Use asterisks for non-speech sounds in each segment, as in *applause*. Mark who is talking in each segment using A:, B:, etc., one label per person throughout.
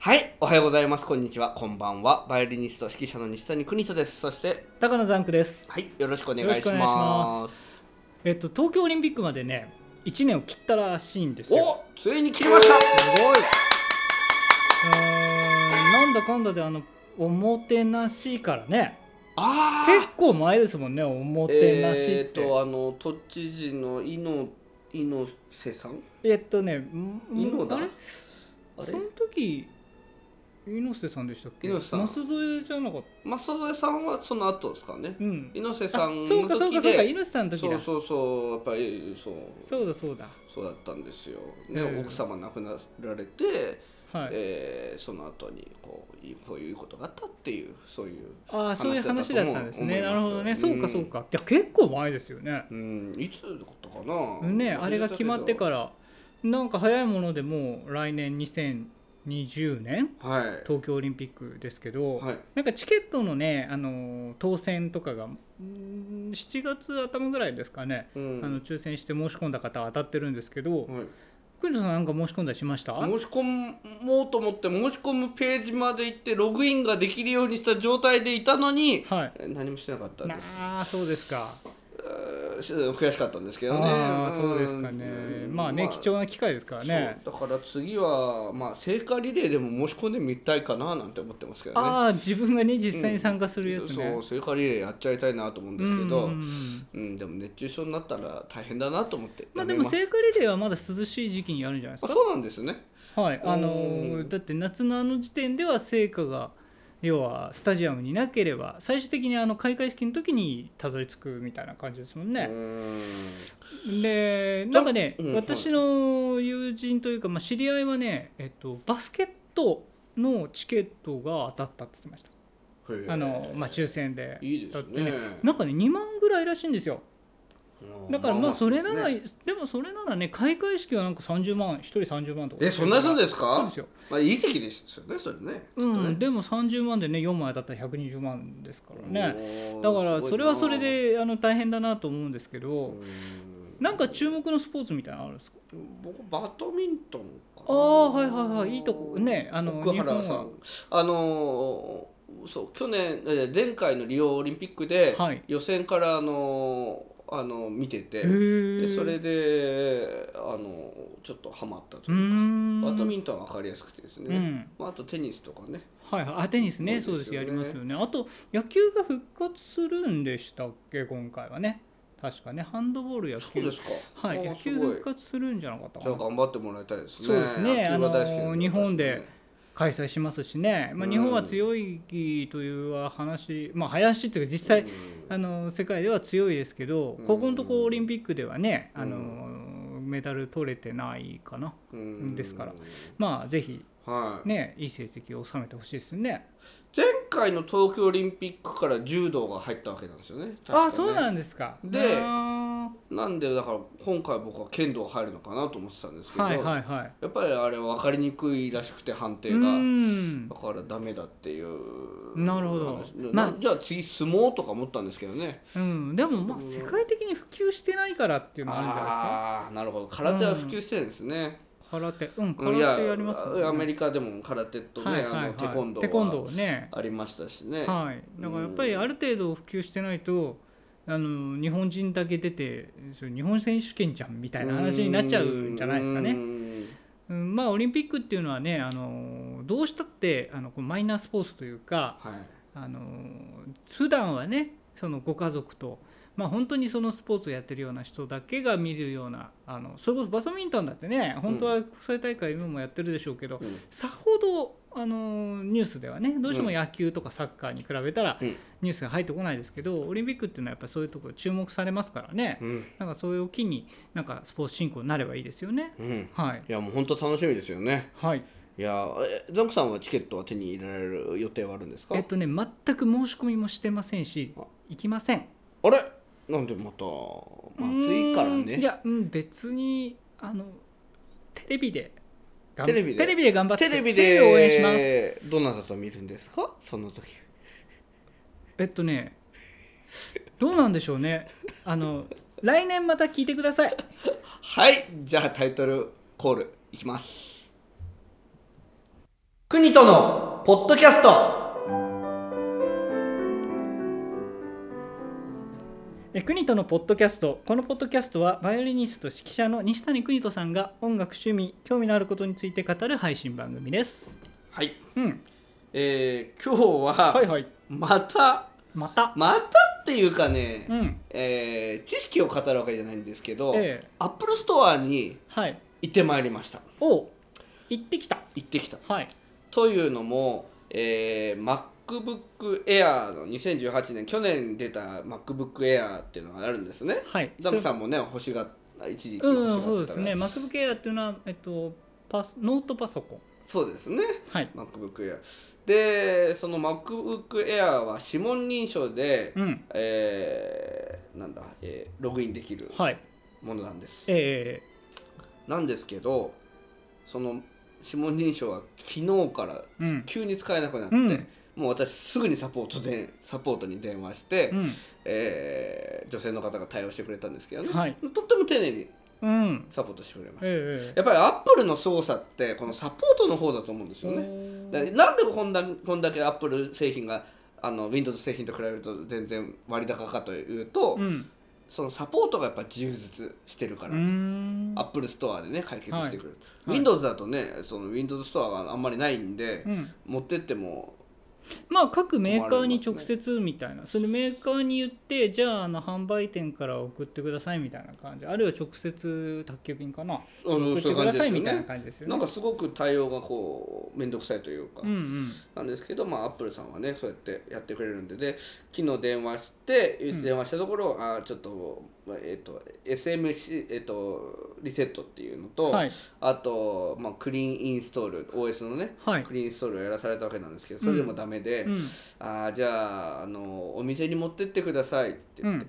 A: はい、おはようございます。こんにちは。こんばんは。バイオリニスト指揮者の西谷邦人です。そして、
B: 高野ザンクです、
A: はい、よろしくお願いし
B: よろしくお願いし
A: ま。
B: ますえっと、東京オリンピックまでね1年を切ったらしいんですよ
A: お、ついに切りました。
B: すごいうーんなんだかんだであのおもてなしからね
A: あ
B: 結
A: あ。
B: 構前ですもんねおもてなしっ
A: えー
B: て、
A: と、あの、都知事の井野、井野瀬さん。
B: えっとねん
A: 井野だ。
B: あ
A: あ
B: れ
A: れ。
B: その時猪瀬さんでしたっけ
A: 猪瀬さん
B: 舛添じゃなかっ
A: 増添さんはその後ですかね
B: た。うん
A: 井野瀬さ
B: あ
A: んの
B: そうかそう
A: 時
B: かそうか
A: で。
B: 猪瀬さんの時
A: そ
B: だ
A: うそうそう、やっぱり、そう。
B: そうだそうだ
A: そうだったんですよ、ね
B: うん
A: 奥様亡くなられて、
B: はい、
A: えーその後にこういこういうことがあったっていうそういう
B: ああそういう話だったんです
A: 話
B: ね
A: だ
B: な
A: と思う
B: るほ
A: 思
B: ど
A: い
B: ね
A: ます
B: そうかそうか、いや結構前ですよね
A: うんいつだったかな
B: ねあれが決まってかららなんか早いものでもう来年2020年
A: はい
B: 東京オリンピックですけど、
A: はい
B: なんかチケットのね、あのー当選とかがうん7月頭ぐらいですかね、
A: うん
B: あの抽選して申し込んだ方は当たってるんですけ
A: はい
B: ど栗野、さんなんか申し込んだりしました
A: 申し込もうと思って申し込むページまで行ってログインができるようにした状態でいたのに
B: はい
A: え何もしてなかったです
B: あーそうですか
A: えーし悔しかったんですけどね
B: あー
A: ん
B: そうですかね
A: うん
B: まあね、貴重な機会ですからね
A: そうだから次は、まあ、聖火リレーでも申し込んでみたいかななんて思ってますけどね
B: ああ自分がね実際に参加するやつね、
A: そう聖火リレーやっちゃいたいなと思うんですけど、
B: う
A: うん
B: うんうんん
A: でも熱中症になったら大変だなと思って
B: まあ
A: や
B: で
A: め
B: も
A: す
B: 聖火リレーはまだ涼しい時期にやるんじゃないで
A: あ
B: す
A: そうなんですね
B: か。はい、あの
A: う
B: ー
A: ん
B: だって夏のあの時点では聖火が要はスタジアムになければ最終的にあの開会式の時にたどり着くみたいな感じですもん
A: う
B: ね。
A: ーん
B: でなんかね、
A: うんはい
B: 私の友人というか、まあ、知り合いはね、えっと、バスケットのチケットが当たったって言ってました。
A: へー
B: あのまあ、抽選で
A: いいです
B: だ
A: ね
B: ってねなんかね2万ぐらいらしいんですよ
A: うん
B: だからまあそれなら、
A: そうですね
B: でもそれならね開会式はなんか30万1人30万とか
A: えそんなそうですか
B: そうですよ、
A: まあ、いい席ですよねそれね
B: うん、でも30万でね4枚当たったら120万ですからね
A: ね
B: だからそれはそれであの大変だなと思うんですけどなんか注
A: 目
B: 目のスポーツみたいなのあるんですか
A: 僕バドミントンかな
B: ああはいはいはいいいとこねあの
A: 奥原
B: 日
A: さ
B: 本は
A: んあのーそう去年え前回のリオオリンピックで
B: はい
A: 予選からあのーあのー見てて、
B: へえ
A: でそれであのーちょっとハマったと
B: うー
A: いうか、
B: ん
A: バドミントンは分かりやすくてですね、
B: うん
A: まあ、あとテニスとかね
B: はいはいあテニスね
A: そ
B: そうう
A: で
B: ですす
A: よ
B: や
A: ね
B: りますよねあと野球が復活するんでしたっけ今回はね確かねハンドボール野
A: そう
B: 球
A: ですか
B: はい、
A: あー
B: 野球
A: すごい
B: 復活するんじゃなかった
A: じゃ
B: か
A: あ
B: な
A: 頑張ってもらいたいですね
B: そうですね
A: 野球が大好きなん
B: あの
A: で
B: ー日本で
A: 私もね
B: 開催しますしね、ま
A: う
B: あ、
A: ん
B: 日本は強いというは話、まあ、林っていうか実際、
A: うん
B: あの世界では強いですけど
A: うん
B: ここのとこオリンピックではね、あ
A: う
B: のメダル取れてないかな、
A: うん
B: ですからまあぜひ
A: はい、
B: ねいい成績を収めてほしいですね。
A: 前回の東京オリンピックから柔道が入ったわけなんですよね。
B: ああそうんなんですか。
A: で
B: あ
A: なんでだから今回僕は剣道入るのかなと思ってたんですけど、
B: ーはいはいはい。
A: やっぱりあれは分かりにくいらしくて判定
B: う
A: が、
B: ん
A: だからダメだっていう
B: なるほど
A: 話な
B: まあ
A: じゃあ次相撲とか思ったんですけどね
B: うん、でもま
A: う
B: あ
A: ん
B: 世界的に普及してないからっていうのもあるんじゃないですか。
A: ああーなるほど空手は普及してるんですね、
B: 空手、うん、
A: うん
B: 空
A: い
B: 手やりますもんね
A: アメリカでも空手とね、
B: はいはい
A: あ
B: は
A: の
B: い、
A: テコンド
B: テコン
A: ー
B: ドーね、
A: はありましたしね、
B: はい、だからやっぱり
A: うん
B: ある程度普及してないとあの日本人だけ出てそう日本選手権じゃんみたいな話になっちゃうんじゃないですか
A: う
B: ね、
A: ん
B: うん、まあオリンピックっていうのはねあのどうしたってあのこうマイナースポーツというか
A: はい
B: あの普段はねそのご家族と。まあ、本当にそのスポーツをやってるような人だけが見るようなあのそれこそバドミントンだってね本当は国際大会今もやってるでしょうけど、
A: うん
B: さほどあのニュースではねどうしても
A: うん
B: 野球とかサッカーに比べたら
A: うん
B: ニュースが入ってこないですけど、オリンピックっていうのはやっぱりそういうところ注目されますからね、
A: うん
B: なんかそれを機になんかスポーツ振興になればいいですよね。
A: うん
B: はい、
A: いやもう本当楽しみですよね
B: はい、
A: いやえザンクさんはチケットは手に入れられる予定はあるんですか
B: えっとね全く申し込みもしてませんし
A: あ
B: 行きません。
A: あれなんでまたまあ暑いから
B: うーんい
A: ね
B: や、うん、別にあのテレビで頑
A: テレビで
B: テレビで頑張って
A: テレビ
B: テ
A: で
B: 応援します。
A: どなたと見るんですかその時
B: えっとねどうなんでしょうねあの来年また聞いてください。
A: はいじゃあタイトルコールいきます国とのポッドキャスト
B: え国とのポッドキャストこのポッドキャストはバイオリニスト指揮者の西谷邦人さんが音楽趣味興味のあることについて語る配信番組です
A: はい
B: うん
A: えー、今日は、
B: はいはい
A: また
B: また
A: またっていうかね、
B: うん
A: えー知識を語るわけじゃないんですけど、
B: ええ
A: アップルストアに
B: はい
A: 行ってまいりました
B: おう行ってきた
A: 行ってきた
B: はい
A: というのも、えー MacBook Air の2018年去年出た MacBook Air っていうのがあるんですね
B: はい
A: ダムさ
B: ん
A: んもね欲しが一時期
B: う
A: 欲
B: んう
A: し
B: んそう
A: がってた
B: です
A: から
B: ね MacBook Air っていうのはえっとパスノートパソコン
A: そうですね
B: はい
A: MacBook Air でその MacBook Air は指紋認証で、
B: うん
A: えーなんだ、えーログインできる
B: はい
A: ものなんです、
B: え
A: なんですけどその指紋認証は昨日から
B: うん
A: 急に使えなくなっ
B: ー、
A: て、
B: うん
A: もう私すぐにサポートでサポートに電話して、
B: う
A: えー女性の方が対応してくれたんですけどね、
B: んはい
A: とっても丁寧に
B: うん
A: サポートしてくれました、
B: ええ
A: やっぱりアップルの操作ってこのサポートの方だと思うんですよねだからなんでこんなこんだけアップル製品があの Windows 製品と比べると全然割高かというと、
B: うん
A: そのサポートがやっぱ充実してるから、
B: うーん
A: アップルストアでね解決してくれる、
B: はい
A: Windows だとねその Windows ストアがあんまりないんで、
B: うん
A: 持ってっても
B: まあ各メーカーに直接みたいな、それメーカーに言ってじゃああの販売店から送ってくださいみたいな感じあるいは直接宅急便かな
A: あの
B: 送っ
A: そうい
B: て
A: う感
B: くだ
A: じ
B: さ
A: です
B: い
A: よ
B: みたいな
A: ね
B: 感じですよね
A: なんかすごく対応がこう面倒くさいというか、
B: うんうん
A: なんですけど、まあ、アップルさんはねそうやってやってくれるんでで昨日電話して
B: ん
A: 電話したところ、あーちょっと,、まあえっと SMC、えっとリセットっていうのと、
B: はい
A: あと、まあ、クリーンインストール OS のね
B: はい
A: クリーンインストールをやらされたわけなんですけどそれでもダメで、
B: うん
A: あーじゃああのお店に持ってってくださいって
B: う
A: 言って。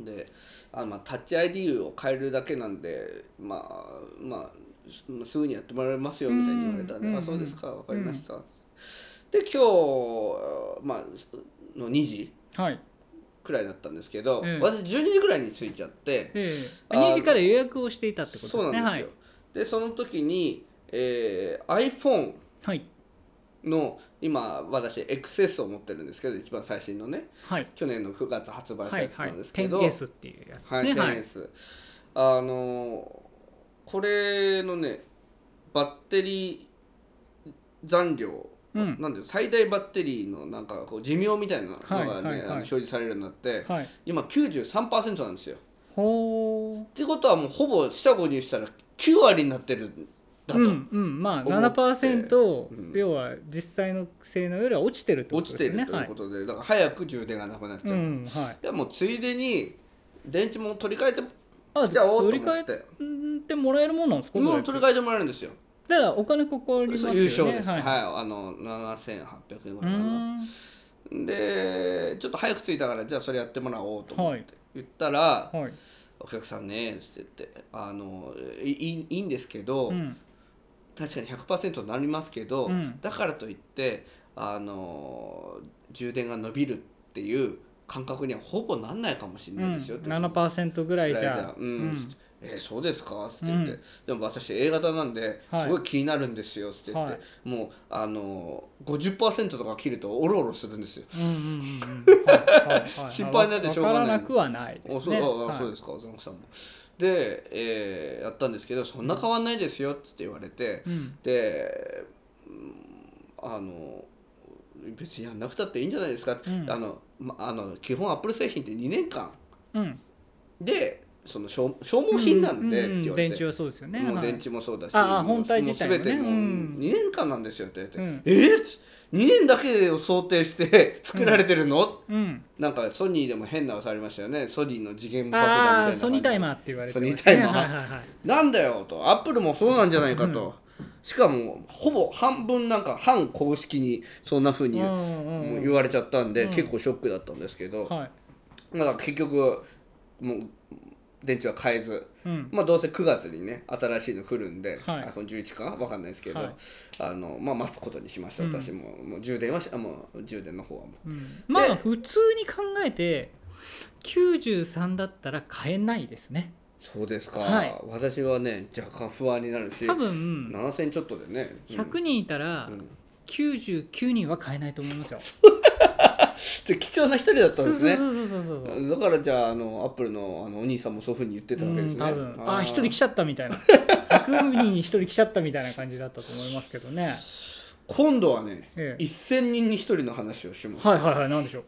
B: ん
A: であ、まあ、タッチ ID を変えるだけなんで、まあまあす、すぐにやってもらえますよみたいに言われたんで「
B: うん
A: あ
B: うん
A: そうですか分かりました」で今日、まあ、の2時
B: はい
A: くらいだったんですけど、
B: ええ
A: 私12時くらいに着いちゃって
B: ええ
A: あの
B: 2時から予約をしていたってことですね
A: そうなんですよ、でその時に、えー iPhone
B: はい
A: の今私 XS を持ってるんですけど一番最新のね
B: はい
A: 去年の9月発売した
B: はい
A: やつ
B: は
A: ないんですけど、
B: 10S っていうやつ
A: はい、
B: ですねはい
A: テニス、あのこれのねバッテリー残量、
B: うん
A: なんで最大バッテリーのなんかこう寿命みたいなのがね、
B: はいはいはい
A: あの表示されるようになって
B: はい
A: 今93%なんですよ。
B: ほ
A: ってことはもうほぼ下購入したら9割になってるんだ
B: うう
A: と、
B: んうんまあ
A: うん
B: 7%要は実際の性能よりは落ちてるってこと
A: 落
B: で
A: ちて
B: すよね
A: るということで、だから早く充電がなくなっちゃう。
B: はい
A: い
B: うんはい
A: やもうついでに電池も取り替えて
B: あ
A: じゃあおうと
B: 取
A: 思
B: り替
A: っ
B: え
A: て、
B: ってもらえるもんなんですか
A: うん、
B: こ
A: 取
B: れ
A: り替えてもらえるんですよ。
B: だからお金かかりますよね
A: 優勝です、
B: は、
A: はいい、
B: う
A: あの7800円ぐ
B: ー
A: らいかなんでちょっと早く着いたからじゃあそれやってもらおうと思っ
B: は
A: て、
B: い
A: 言ったら、
B: はい、
A: お客さんね」っつって言って「あのいいいいんですけど、
B: うん、
A: 確かに100%になりますけど、
B: うん
A: だからといってあの充電が伸びるっていう感覚にはほぼなんないかもしれ
B: う
A: ない
B: ん
A: ですよ」って
B: 7%ぐらいじ
A: ぐらいじ
B: ゃ
A: ゃうんえーそうですか?」っつって言って、
B: うん
A: でも私 A 型なんで
B: はい
A: すごい気になるんですよ」っつって言って、
B: はい
A: もうあのー50%とか切るとオロオロするんですよ。
B: うんうんうんうんはいはいはい
A: 心配になってしょうがない
B: わからなくはないで
A: お
B: す
A: そう
B: ね
A: あ
B: は
A: あ
B: い
A: そうですか、小野さんも。で、えーやったんですけど「そんな変わんないですよ」っつって言われて、
B: うん
A: で、うんあの別にやんなくたっていいんじゃないですか、
B: うん
A: あのまあの基本アップル製品って2年間
B: うん
A: でその消消耗品なんでっ
B: う
A: て
B: う
A: 言われ
B: 電
A: て
B: 池はそうですよね
A: もう
B: はい
A: 電池もそうだし、
B: ああ
A: もう
B: 本体自体もね
A: う全てもう
B: うん
A: 2年間なんですよって言って、
B: うん
A: え2年だけを想定して *laughs* 作られてるの、
B: うん
A: なんかソニーでも変な噂ありましたよねソニーの次元爆弾みたい
B: あ
A: な
B: あ
A: 感じ
B: ソニータイマーって言われてます
A: ソ
B: ね
A: ニータイマー
B: はいはいはい
A: なんだよとアップルもそうなんじゃないかと、しかもほぼ半分なんか反公式にそんな風に
B: う
A: も
B: んうんうん
A: う言われちゃったんで、
B: うん
A: 結構ショックだったんですけど、
B: はい
A: まあ結局もう電池は変えず
B: うん
A: まあ、どうせ9月にね新しいの来るんで、
B: はい
A: iPhone11 かわかんないですけど、
B: はい
A: あのまあ、待つことにしました
B: うん
A: 私も,、もう充電はしあもう充電の方はもう
B: うんまあ普通に考えて93だったら買えないですね
A: そうですか、
B: はい
A: 私はね若干不安になるし
B: 多分
A: 7000ちょっとでね、うん
B: 100人いたら
A: うん
B: 99人は買えないと思いますよ。
A: じゃあ貴重な一人だったんですね
B: そうそうそうそうそう
A: だからじゃああのアップルのあのお兄さんもそういうふうに言ってたわけですね
B: うん多分あ
A: ー
B: 一人来ちゃったみ
A: *laughs*
B: たいな100人に一人来ちゃったみたいな感じだったと思いますけどね、
A: 今度はね、
B: ええ
A: 1000人に一人の話をします
B: はいはいはいなんでしょう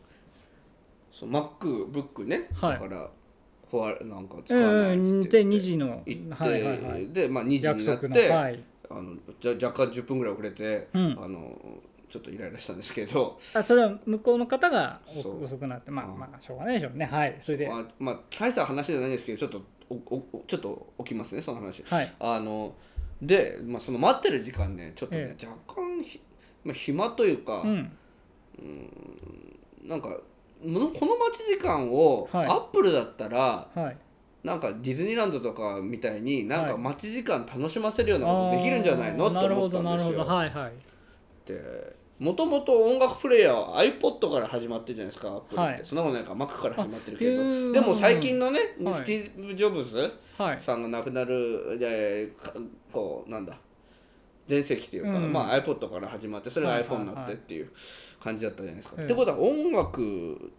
A: そうマックブックね、
B: はい
A: だからフォアなんか使
B: うん
A: わないっ
B: う
A: つ
B: ん
A: って
B: で2時の
A: 行って、
B: はいはいはい
A: で、まあ、2時
B: 約
A: になっ
B: 束
A: て、
B: のはい
A: あのじゃ若干10分ぐらい遅れて、
B: うん
A: あのちょっとイライラしたんですけど、
B: あそれは向こうの方がお
A: そう
B: 遅くなってまあ
A: うん
B: まあしょうがないでしょうねはいそれで
A: まあまあ、大した話じゃないんですけどちょっとおおちょっと起きますねその話。
B: はい
A: あので、まあ、その待ってる時間ねちょっとね、若干ひ、まあ、暇というか、
B: うん
A: なんかものこの待ち時間を、
B: はい
A: アップルだったら
B: はい
A: なんかディズニーランドとかみたいになん
B: は
A: か
B: い
A: 待ち時間楽しませるようなことできるんじゃないの
B: あー
A: って思ったんです
B: なるほどなるほど
A: よ。
B: はいはい
A: ってもともと音楽プレイヤーは iPod から始まってるじゃないですかアップルって、
B: はい
A: そんなことないか Mac から始まってる
B: あへ
A: け
B: ー
A: どでも最近のね、
B: はい
A: スティーブ・ジョブズ
B: はい
A: さんが亡くなる、えーかこうなんだ全盛期というか、
B: うん
A: まあ、iPod から始まってそれ
B: は
A: が
B: いはい
A: iPhone になっ
B: はい
A: てっていう感じだったじゃないですか。
B: ええ
A: ってことは音楽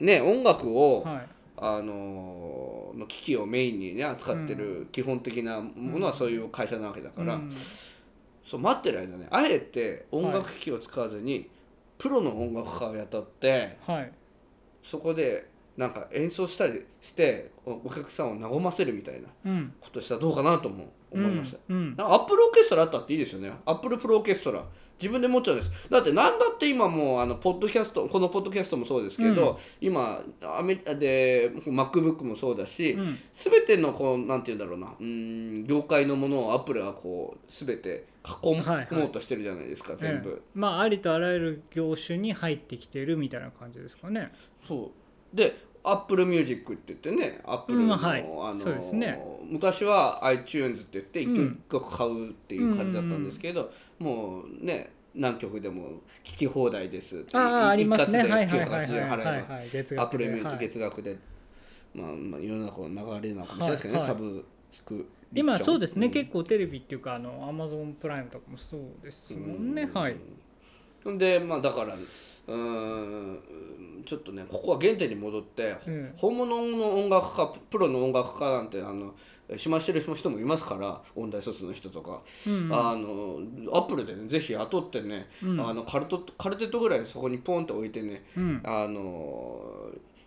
A: ね音楽を、
B: はい
A: あのーの機器をメインにね扱ってる基本的なものはそういう会社なわけだから、
B: うん
A: そう待ってる間ねあえて音楽機器を使わずに、プロの音楽家を雇って
B: はい
A: そこでなんか演奏したりしておお客さんを和ませるみたいな
B: うん
A: ことしたらどうかなとも思いました、
B: うんうん
A: なんかアップルオーケストラあったっていいですよねアップルプロオーケストラ自分で持っちゃうんですだってなんだって今もうあのポッドキャストこのポッドキャストもそうですけど、今アメリカで MacBook もそうだし、
B: うん
A: 全てのこうなんて言うんだろうなうーん業界のものをアップルがこう全て囲
B: はいは
A: もう
B: い
A: としてるじゃないですか、全部、
B: ええまあありとあらゆる業種に入ってきてるみたいな感じですかね
A: そうでアップルミュージックって言ってねアップル
B: うん
A: の、
B: はい
A: あの
B: そうですね
A: 昔は iTunes って言って一
B: う
A: 曲
B: ん
A: 一曲買うっていう感じだったんですけど、もうね何曲でも聴き放題ですって
B: ああありますね
A: 一
B: はいはい
A: 括で980
B: は
A: 円
B: いはいは
A: 払えば、
B: いはい
A: ア
B: 月
A: ップ
B: 額
A: ル
B: で
A: ミュージッ
B: は
A: ク
B: い
A: 月額で、まあ、まあ世の中の流れなのかもしれないですけどね、
B: はいはい
A: サブスクリプション
B: 今そうですね、
A: ん
B: 結構テレビっていうかあのアマゾンプライムとかもそうですもんね、
A: うん
B: はい
A: でまあだからうーんちょっとねここは原点に戻って、
B: うん
A: 本物の音楽家プロの音楽家なんてあの暇してる人もいますから音大卒の人とか、
B: うん
A: あのアップルでねぜひ雇ってね、
B: うん
A: あのカルトカルテットぐらいそこにポンって置いてね
B: うん
A: あの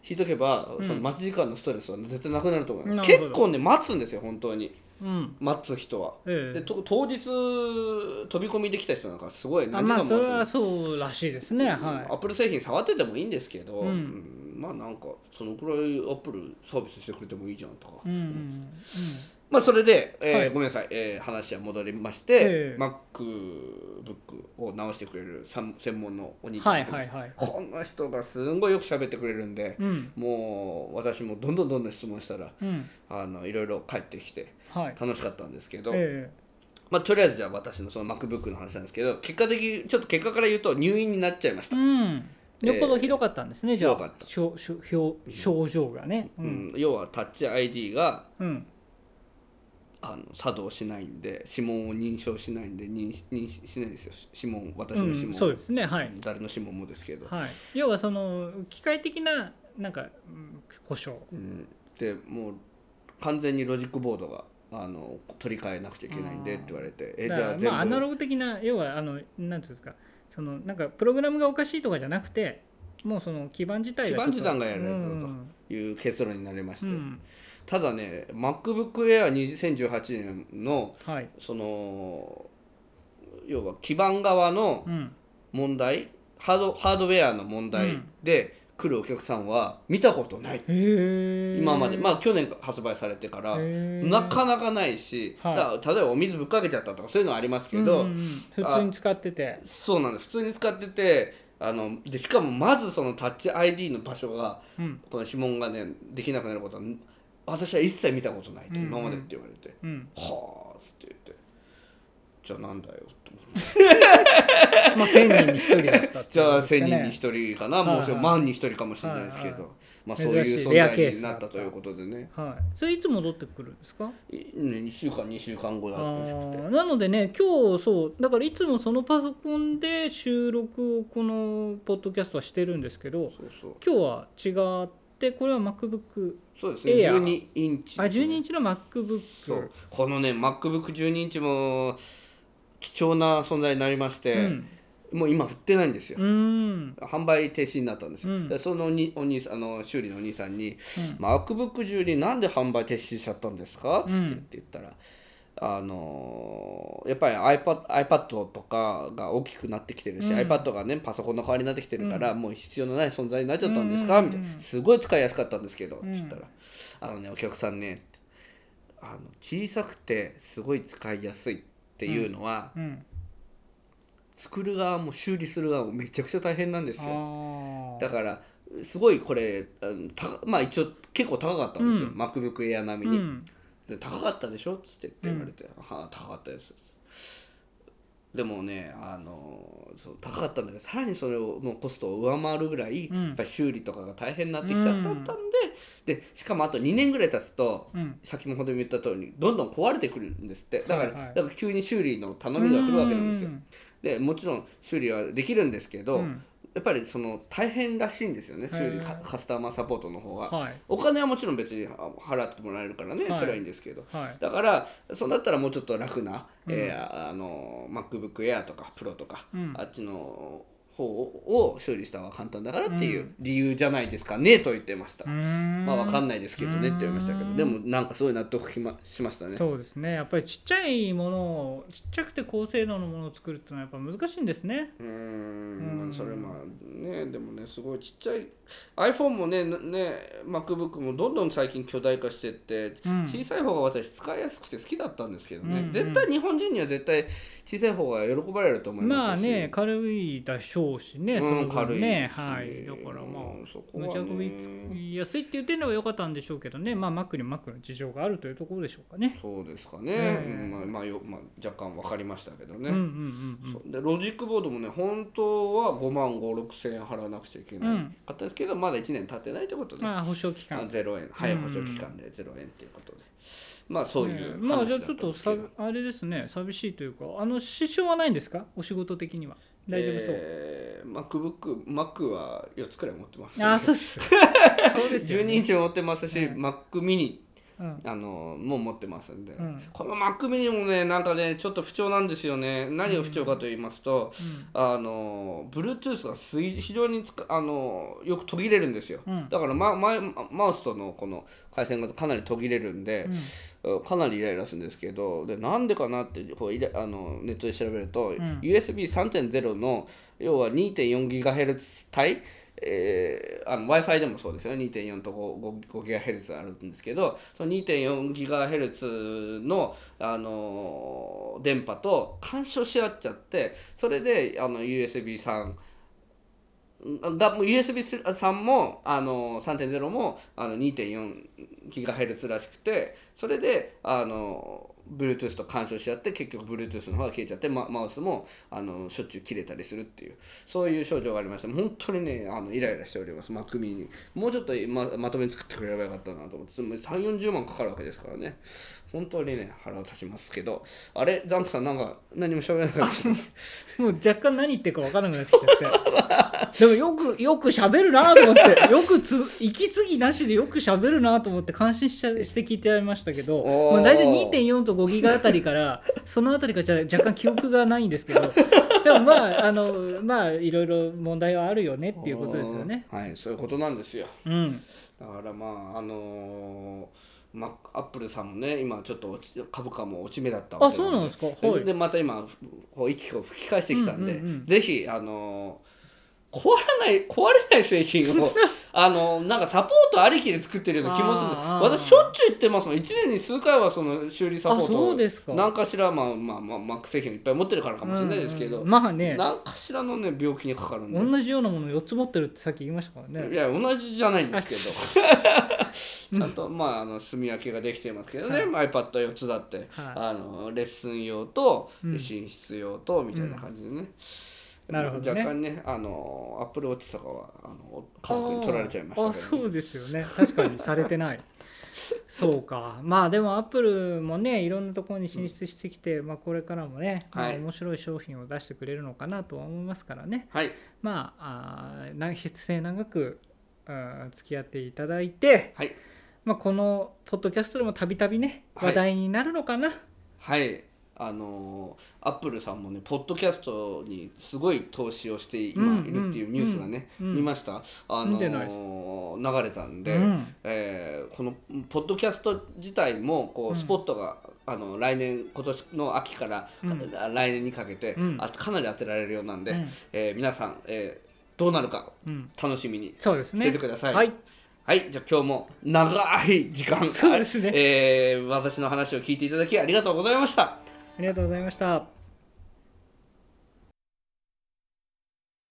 A: 弾いとけば、
B: うん
A: その待ち時間のストレスは絶対なくなると思います
B: なるほど
A: 結構ね待つんですよ本当に
B: うん
A: 待つ人は。
B: え
A: で
B: え
A: と当日飛び込みできた人なんかすごい
B: あ
A: 何時
B: まあ
A: 間も
B: それは
A: 待つ
B: そうらしいですね
A: アッ
B: は
A: プル製品触っててもいいんですけど、
B: うん
A: うんまあなんかそのくらいアップルサービスしてくれてもいいじゃんとか、
B: いうんうん
A: まあそれで、えー
B: はい
A: ごめんなさい、えー話は戻りまし
B: え
A: て、
B: え
A: MacBook を直してくれるさん専門のお
B: うん
A: 兄ちゃんが
B: はい
A: いるん
B: は
A: で
B: い
A: す
B: はい
A: この人がすんごいよく喋ってくれるんで、
B: うん
A: もう私もどんどんどんどん質問したら
B: うん
A: あのいろいろ帰ってきて
B: はい
A: 楽しかったんですけど、
B: え
A: まあ、とりあえずじゃあ私のその MacBook の話なんですけど結果的にちょっと結果から言うと入院になっちゃいまし
B: え
A: た、
B: うんよっぽどひどかったんですね、じ
A: ひ
B: ゃ
A: どか
B: あ
A: った
B: 症症症症状がねう
A: うん
B: ん、
A: 要はタッチ ID が
B: うん
A: あの作動しないんで指紋を認証しないんで認し認ししないんですよ指紋私の指
B: うん
A: 紋、
B: そうですねはい
A: 誰の指紋もですけど、
B: はい要はその機械的ななんかうん故障
A: うん、でもう完全にロジックボードがあの取り替えなくちゃいけないんでって言われてえじ
B: だ
A: ゃ
B: か
A: あ
B: ら
A: 全部、
B: まあアナログ的な要はあのなんていうんですかそのなんかプログラムがおかしいとかじゃなくてもうその基盤自体がちょっと
A: 基盤自体がやられてると
B: うん
A: いう結論になりまして、
B: うん
A: ただね MacBookAir2018 年の
B: はい
A: その要は基盤側の
B: うん
A: 問題ハードハードウェアの問
B: う
A: 題
B: ん
A: で来るお客さんは見たことない、
B: へ
A: 今までま
B: あ
A: あ去年発売されてからな
B: な
A: かなかないし、
B: はい
A: だから例えばお水ぶっかけちゃったとかそういうのはありますけど、
B: 普通に使ってて
A: そうなんです普通に使っててあのでしかもまずそのタッチ ID の場所が
B: うん
A: この指紋がねできなくなることは私は一切見たことないと、
B: うんうん
A: 今までって言われて
B: うん
A: 「はあ」っつって言って「じゃあなんだよ」と思って
B: まあ、1000人に1人だったって
A: *laughs* じ
B: いう
A: ゃ
B: こ
A: あ
B: とです
A: 1000
B: かね
A: 人に1人かな、もうそれ
B: はい
A: 万に1人かもしれないですけど、
B: はいはい
A: まあ、そういう
B: 珍しいレア
A: 存
B: ケー
A: 在に
B: ス
A: な
B: だ
A: っ
B: ったた
A: ということでね
B: はい、それいつ戻ってくるんですか
A: 2週間2週間後だったらしくて
B: あーなのでね今日そうだからいつもそのパソコンで収録をこのポッドキャストはしてるんですけど
A: そうそう
B: 今日は違ってこれは MacBook
A: そうですね
B: エアー
A: 12インチ
B: あ
A: ですね
B: 12インチの MacBook
A: そうこのね MacBook12 インチも貴重な存在になりまして、
B: うん
A: もう今売ってないんですよ、
B: うん
A: 販売停止になったんですよ、
B: うん
A: でそのおにお兄さんあの修理のお兄さんに「MacBook12 なんで販売停止しちゃったんですか?」っつ
B: う
A: っ
B: ん
A: て言ったら。あのーやっぱり iPad, iPad とかが大きくなってきてるし、
B: うん
A: iPad がねパソコンの代わりになってきてるから、もう必要のない存在になっちゃったんですか、
B: うん
A: みたいなすごい使いやすかったんですけど、
B: うん
A: って言ったら「あのねお客さんねあの小さくてすごい使いやすいっていうのは、
B: うん
A: 作る側も修理する側もめちゃくちゃ大変なんです
B: あ
A: よ」
B: ー
A: だからすごいこれあのたまあ一応結構高かったんですよ、
B: うん
A: MacBook Air 並みに、
B: うん
A: で高かったでしょっつってって言われて「はあ高かったです」でもねあのそう高かったんだけどさらにそれをのコストを上回るぐらい、
B: うん
A: やっぱり修理とかが大変になってきちゃったんで、でしかもあと2年ぐらい経つと
B: うん
A: 先ほども言った通りどんどん壊れてくるんですってだから,、
B: はいはい
A: だから急に修理の頼みが来るわけなんですよ
B: う。ん
A: でもちろん修理はできるんですけど、
B: うん
A: やっぱりその大変らしいんですよね
B: へ
A: 修
B: ー
A: 理カカスタマーサポートの方は、
B: はい
A: お金はもちろん別にあ払ってもらえるからね、
B: はい
A: それはいいんですけど
B: はい
A: だからそうなったらもうちょっと楽な、
B: うん
A: えーあの MacBookAir とか Pro とか、
B: うん
A: あっちの方を修理した方が簡単だからっていうう理由じゃないですかねと言ってました、まあわかん
B: い
A: ないですけどねって言いましたけ
B: う
A: ど
B: ん
A: でもなんかすごい納得しましましたね
B: そうですねやっぱりちっちゃいものをちっちゃくて高性能のものを作るっていうのはやっぱ難しいんですね
A: うーん
B: うん
A: それまあねでもねすごいちっちゃい iPhone もねなね MacBook もどんどん最近巨大化してって、
B: うん
A: 小さい方が私使いやすくて好きだったんですけどね、
B: うんうん
A: 絶対日本人には絶対小さい方が喜ばれると思いますし
B: まあね軽いでしょうしね、
A: うん
B: その分ねは
A: 軽い
B: い
A: し
B: だからまあ
A: うんそこはね
B: 持ち運びつきやすいっていう点では良かったんでしょうけどねまあマックにマックの事情があるというところでしょうかね
A: そうですかね、
B: ええ
A: うんまあ、まあよまあ、若干分かりましたけどね、
B: うんうんうん
A: そうでロジックボードもね本当は5万5 6千円払わなくちゃいけな
B: う
A: い
B: ん
A: かったですけど、まだ1年経ってないってこと
B: うん
A: で、
B: まあ保証期
A: あ
B: 間
A: 0円早い
B: うん
A: 補助期間で0円っていうことで、まあそういう
B: ねまあじゃあ
A: 話だ
B: ちょった
A: ん
B: と
A: ですけ
B: さ
A: ど
B: あれですね寂しいというかあの支障はないんですかお仕事的には大丈夫そう、
A: えー、MacBook Mac は4つくらい持ってます
B: あそうっすそうですよ、
A: 12
B: ね、
A: インチも持ってますし、
B: うん
A: Mac mini
B: うん
A: あのも持ってますんで、
B: うん
A: この Mac mini もねなんかねちょっと不調なんですよね何が不調かと言いますと、あの Bluetooth がすい非常につかあのよく途切れるんですよ、
B: うん
A: だから、ま、まマウスとのこの回線がかなり途切れるんで、
B: うん
A: かなりイライラするんですけどでなんでかなってこうイラあのネットで調べると、
B: ん
A: USB3.0 の要は 2.4GHz 帯、えー、w i f i でもそうですよね2.4と 5GHz あるんですけどその 2.4GHz の、あのー電波と干渉し合っちゃってそれであの USB3 がもう USB3 もあの3.0もあの 2.4GHz らしくてそれであの Bluetooth と干渉し合って結局 Bluetooth の方が消えちゃってママウスもあのしょっちゅう切れたりするっていうそういう症状がありました本当にねあのイライラしております Mac mini にもうちょっとままとめに作ってくれればよかったなと思って3 4 0万かかるわけですからね本当にね腹を立ちますけどあれザンクさんなんか何も喋らなかった
B: もう若干何言ってるか分からなくなってきちゃってでもよくよく喋るなと思ってよくつ息継ぎなしでよく喋るなと思って感心しちゃして聞いてやりましたけど、
A: おー
B: まあ、大体2.4と5ギガあたりからそのあたりからじゃ若干記憶がないんですけどでもまああのまあいろいろ問題はあるよね *laughs* っていうことですよね。
A: はいそういうことなんですよ
B: うん、
A: だからまああのーまアップルさんもね今ちょっと落ち株価も落ち目だった
B: あそうなんですか
A: そ
B: は
A: れ
B: い
A: でまた今こう息を吹き返してきたんで、
B: うんうんうん
A: ぜひあのー壊らない壊れない製品
B: *laughs*
A: をあのーなんかサポートありきで作ってるような気もするんで
B: あー
A: 私しょっちゅう言ってますもん1年に数回はその修理サポ
B: あそうで
A: ー
B: す
A: ト
B: か
A: を何かしらまあまあまあマック製品いっぱい持ってるからかもしれないですけ
B: うん
A: ど、
B: うんまあね
A: 何かしらのね病気にかかるんで
B: 同じようなもの4つ持ってるってさっき言いましたから
A: い
B: ね。
A: や同じじゃないんですけど
B: *laughs*
A: ちゃんとまああの住み分けができてますけどね、まあ iPad4 つだって、あのレッスン用と、寝室用とみたいな感じでね、
B: なるほどね
A: 若干ねあのアップルウォッチとかはあの家族に取られちゃいました
B: あーあ
A: けどね、
B: そうですよね確かにされてない
A: *laughs*
B: そうかまあでもアップルもねいろんなところに進出してきて、まあ、これからもね、まあ
A: はい
B: 面白い商品を出してくれるのかなとは思いますからね
A: はい
B: まああーな必要長くうん付き合っていただいて、
A: はい
B: まあ、このポッドキャストでもたびたびね
A: はい
B: 話題になるのかな、
A: はいあのアップルさんもねポッドキャストにすごい投資をして今いるっていうニュースがね、
B: うんうんうん
A: 見ましたあの
B: 見てないです
A: 流れたんで、
B: うん
A: えーこのポッドキャスト自体もこ
B: うん
A: うスポットが、あの来年今年の秋から、
B: うん
A: あ来年にかけて、
B: うん
A: あかなり当てられるようなんで、
B: うん
A: えー皆さん、えーどうなるか
B: うん、
A: 楽しみに
B: そうですね
A: しててください
B: はい、
A: はい、じゃあ今日も長い時間
B: そうですね
A: えー私の話を聞いていただきありがとうございました。
B: ありがとうございました